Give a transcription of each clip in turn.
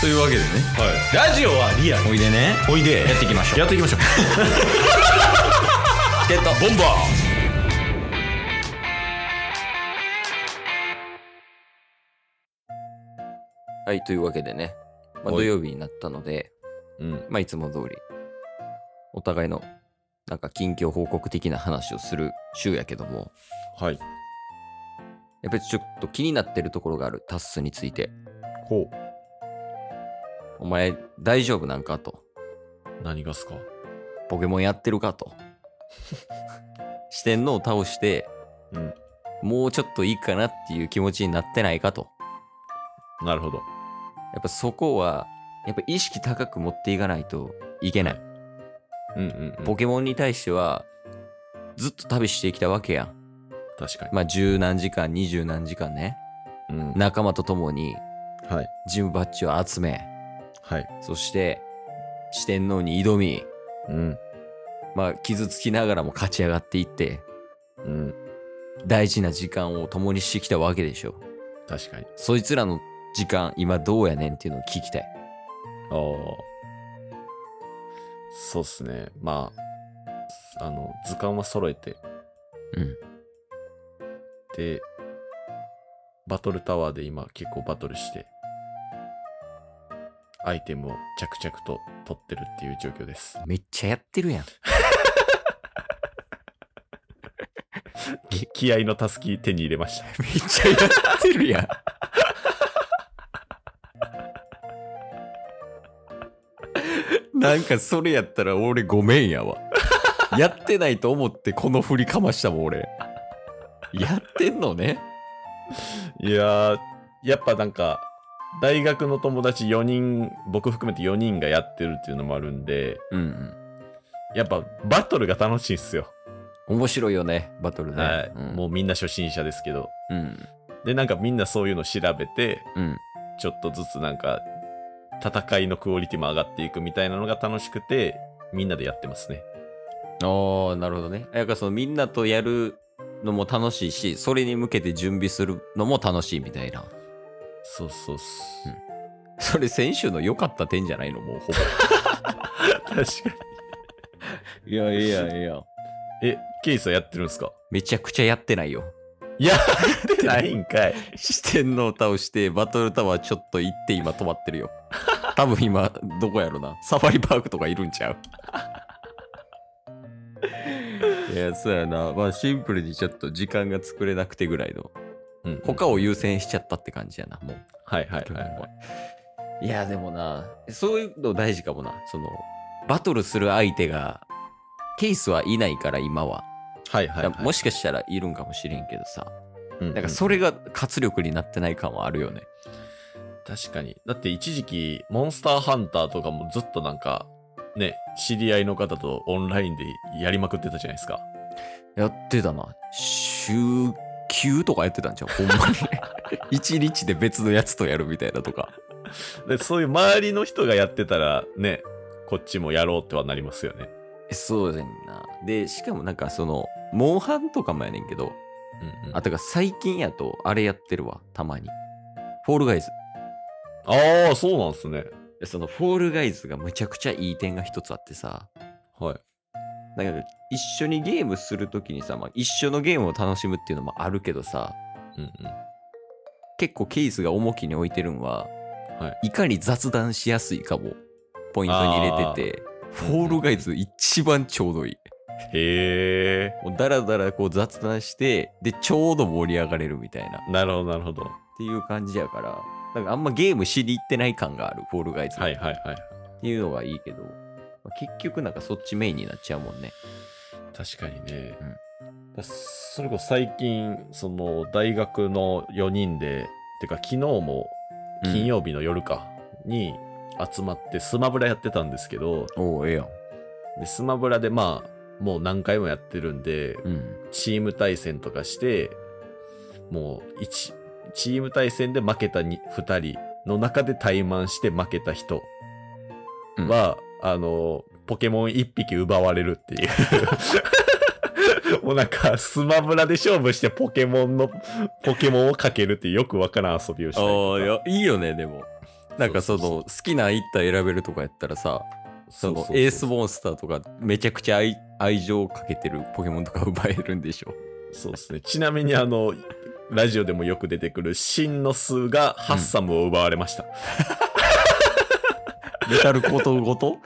というわけでねラジオはリアルおいでねおいでやっていきましょうやっていきましょうチケットボンバーはい、というわけでね、まあ、お土い曜日になったので、うんまあ、いつも通り、お互いの、なんか近況報告的な話をする週やけども、はいやっぱりちょっと気になってるところがある、タッスについて。ほお前、大丈夫なんかと。う何がっすかポケモンやってるかと。 四天王を倒して、うんもうちょっといいかなっていう気持ちになってないかと。なるほどやっぱそこは、やっぱ意識高く持っていかないといけない。うんうん、うん、ポケモンに対しては、ずっと旅してきたわけやん。確かに、まあ、十何時間、二十何時間ね、うん、仲間と共にはいジムバッジを集め、はいそして四天王に挑み、うんまあ、傷つきながらも勝ち上がっていって、うん大事な時間を共にしてきたわけでしょ。確かにそいつらの時間、今どうやねんっていうのを聞きたい。ああそうっすねまああの図鑑は揃えてうん。でバトルタワーで今結構バトルしてアイテムを着々と取ってるっていう状況ですめっちゃやってるやん。き気合のたすき手に入れましためっちゃやってるやん。なんかそれやったら俺ごめんやわ。やってないと思ってこの振りかましたもん俺。やってんのね。いやー、やっぱなんか、大学の友達4人、僕含めて4人がやってるっていうのもあるんで、うん、やっぱバトルが楽しいんすよ。うん。面白いよね、バトルね。はい、うん、もうみんな初心者ですけど。うん。で、なんかみんなそういうの調べて、うん。ちょっとずつなんか、戦いのクオリティも上がっていくみたいなのが楽しくて、みんなでやってますね。ああ、なるほどね。やっぱそのみんなとやるのも楽しいし、それに向けて準備するのも楽しいみたいな。そうそうっす。それ先週の良かった点じゃないのもうほぼ。確か いやいやいや。に。え、ケイさんやってるんすかめちゃくちゃやっ てないよ。やってないんかい。四天王倒して、バトルタワーちょっと行って今止まっ てるよ。多分今、どこやろな。サファリパークとかいるんちゃ ういや、そうやな。まあシンプルにちょっと時間が作れなくてぐらいの。うん他を優先しちゃったって感じやな、もう。はいはいはいはい。いや、でもな、そういうの大事かもな。その、バトルする相手が、ケースはいないから今は。はいはい、だはからい。もしかしたらいるんかもしれんけどさ。うんうんなんかそれが活力になってない感はあるよね。確かに。だって一時期、モンスターハンターとかもずっとなんか、ね、知り合いの方とオンラインでやりまくってたじゃないですか。やってたな。週9とかやってたんちゃうほん まに。一日で別のやつとやるみたいなとか。で、そういう周りの人がやってたら、ね、こっちもやろうってはなりますよね。そうやんな。で、しかもなんかその、モンハンとかもやねんけど、うんうん、あ、てか最近やとあれやってるわ、たまに。フォールガイズ。ああ、そうなんですね。でそのフォールガイズがむちゃくちゃいい点が一つあってさ、はい。なんか一緒にゲームするときにさ、まあ、一緒のゲームを楽しむっていうのもあるけどさ、うんうん。結構ケースが重きに置いてるんは、、はいかに雑談しやすいかもポイントに入れててフォールガイズ一番ちょうどいいへえ。もうダラダラこう雑談してでちょうど盛り上がれるみたいなっなるほど、なるほど。はていう感じやからなんかあんまゲームしに行ってない感があるフォールガイズ、いはいはい。っていうのがいいけど、まあ結局なんかそっちメインになっちゃうもんね確かにね。うんだそれこそ最近、その、大学の4人で、てか昨日も金曜日の夜かに集まってスマブラやってたんですけど、おおええやんでスマブラでまあもう何回もやってるんで、うんチーム対戦とかしてもう一チーム対戦で負けた 2, 2人の中で怠慢して負けた人は、あのポケモン1匹奪われるっていうもう なんかスマブラで勝負してポケモンのポケモンをかけるっていうよくわからん遊びをしたりとかいいよねでもなんかそのそう好きな一体選べるとかやったらさそのそうそうそうエースモンスターとかめちゃくちゃ愛愛情をかけてるポケモンとか奪えるんでしょそうですね。ちなみにあの、ラジオでもよく出てくるシンノスがハッサムを奪われました。メタルことご と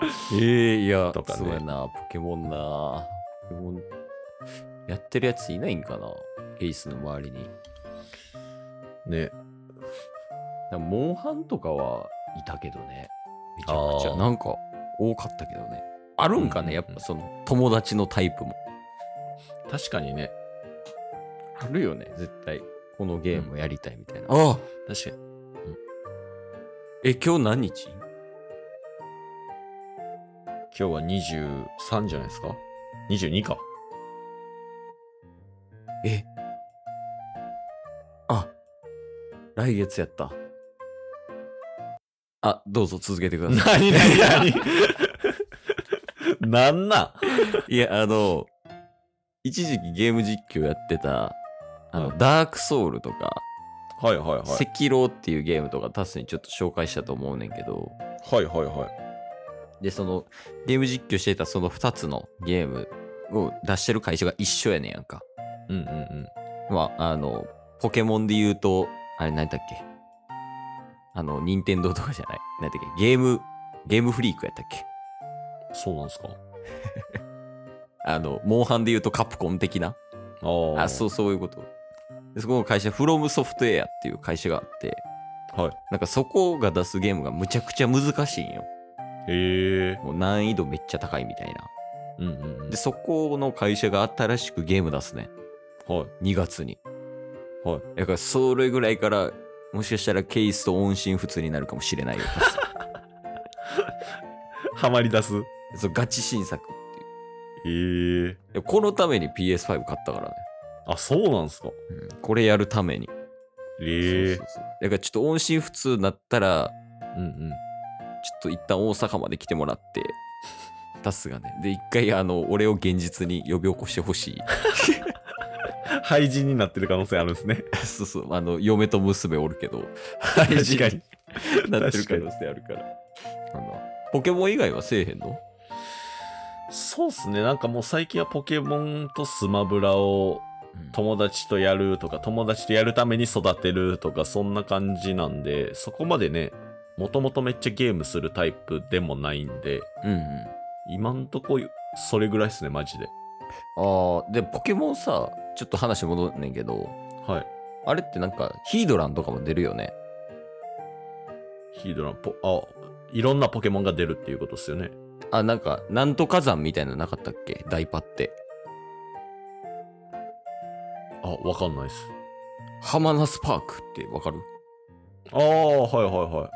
えー、いや、とかねそうやな、ポケモンな。ポケモン、やってるやついないんかなエースの周りに。ね。なんかモンハンとかはいたけどね。めちゃくちあゃ。ーなんか多かったけどね。あるんかね、うんやっぱその友達のタイプも。確かにね。あるよね、絶対。このゲームやりたいみたいな。ああ確かに。え、今日何日今日は23じゃないですか ?22 か。えあ来月やったあどうぞ続けてくださ い何何何なんなん いやあの一時期ゲーム実況やってたあの、はダークソウルとか、はいはいはい。赤狼っていうゲームとかタスにちょっと紹介したと思うねんけどはいはいはい。でそのゲーム実況してたその2つのゲームを出してる会社が一緒やねんやんかうんうんうん。まあ、あの、ポケモンで言うと、あれ何だっけあの、任天堂とかじゃない。何だっけゲーム、ゲームフリークやったっけそうなんですかあの、モンハンで言うとカプコン的な。ああ。あ、そう、そういうこと。でそこの会社、フロムソフトウェアっていう会社があって、はい。なんかそこが出すゲームがむちゃくちゃ難しいんよ。へえ。もう難易度めっちゃ高いみたいな。うんうんうんで、。そこの会社が新しくゲーム出すね。はい。 2月に。はい。だから、それぐらいから、もしかしたらケイスと音信不通になるかもしれないよ。ハマり出す。へそうガチ新作っていうえ。いや。このために PS5 買ったからね。あ、そうなんですかこれやるために。へえそう。そうそうだからちょっと音信不通になったら、うんうん。ちょっと一旦大阪まで来てもらって、タスがね。で、一回、あの、俺を現実に呼び起こしてほしい。 廃人になってる可能性あるんですね。そうそう、あの、嫁と娘おるけど、確廃人かに。 なってる可能性あるから。あの、ポケモン以外はせえへんのそうっすね。なんかもう最近はポケモンとスマブラを友達とやるとか、友達とやるために育てるとか、そんな感じなんで、そこまでね、もともとめっちゃゲームするタイプでもないんで、うんうん。今んとこ、それぐらいっすね、マジで。ああ、で、ポケモンさ、ちょっと話戻んねんけど、はい。あれってなんか、ヒードランとかも出るよね。ヒードランポ、あ、いろんなポケモンが出るっていうことですよね。あ、なんか、なんとか山みたいなのなかったっけダイパって。あ、わかんないっす。ハマナスパークってわかるああ、はいは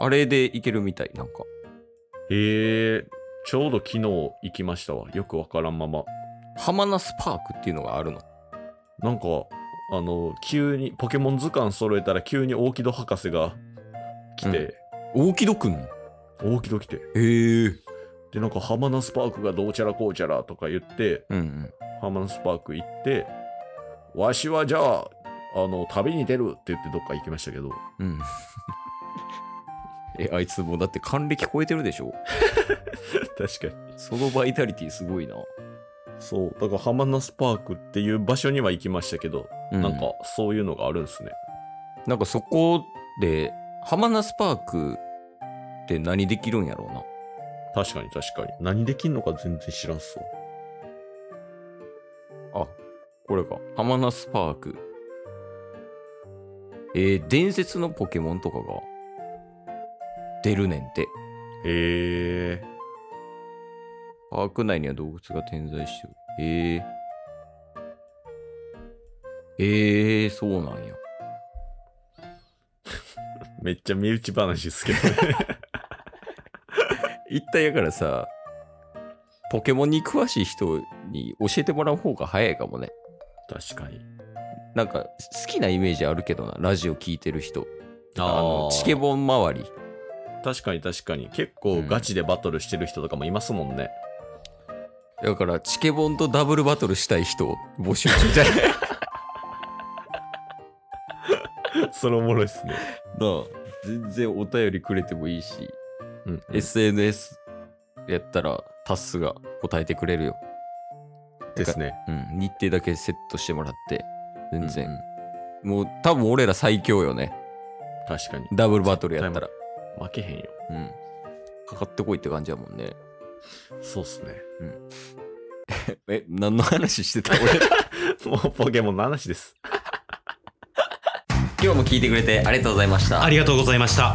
あれで行けるみたい、なんか。いはい。へえ、ちょうど昨日行きましたわ。よくわからんまま。ハマナスパークっていうのがあるの。なんか、あの、急に、ポケモン図鑑揃えたら急に大木戸博士が来て、大木戸くんの大木戸来て、へえ。で、なんか、ハマナスパークがどうちゃらこうちゃらとか言って、うんうん。ハマナスパーク行って、わしはじゃあ、あの、旅に出るって言ってどっか行きましたけど、うん。 え、あいつもうだって還暦超えてるでしょ 確かに。そのバイタリティすごいな。そう、だからハマナスパークっていう場所には行きましたけど、なんか、そういうのがあるんですね。なんかそこで、ハマナスパークって何できるんやろうな。確かに確かに。何できんのか全然知らんっすわ。あ、これか。ハマナスパーク。えー伝説のポケモンとかが出るねんて。へえ、パーク内には動物が点在してる。えー。えー、そうなんや。めっちゃ身内話っすけどね。一体やからさ、ポケモンに詳しい人に教えてもらう方が早いかもね。 確かに。なんか好きなイメージあるけどな、ラジオ聞いてる人。あのーチケボン周り。確かに確かに結構ガチでバトルしてる人とかもいますもんね、だから、チケボンとダブルバ トルしたい人を募集中じゃないそ それおもろいっすね。なあ全然お便りくれてもいいし、うん、 SNS やったらタスが答えてくれるよ、ですね。うん、日程だけセットしてもらって全然、もう多分俺ら最強よね確かに。ダブルバトルやったら、負けへんよ。うん、かかってこいって感じやもんねそうっすね。 え何の話してた俺もうポケモンの話です。 今日も聞いてくれてありがとうございましあたりがとうございました。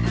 す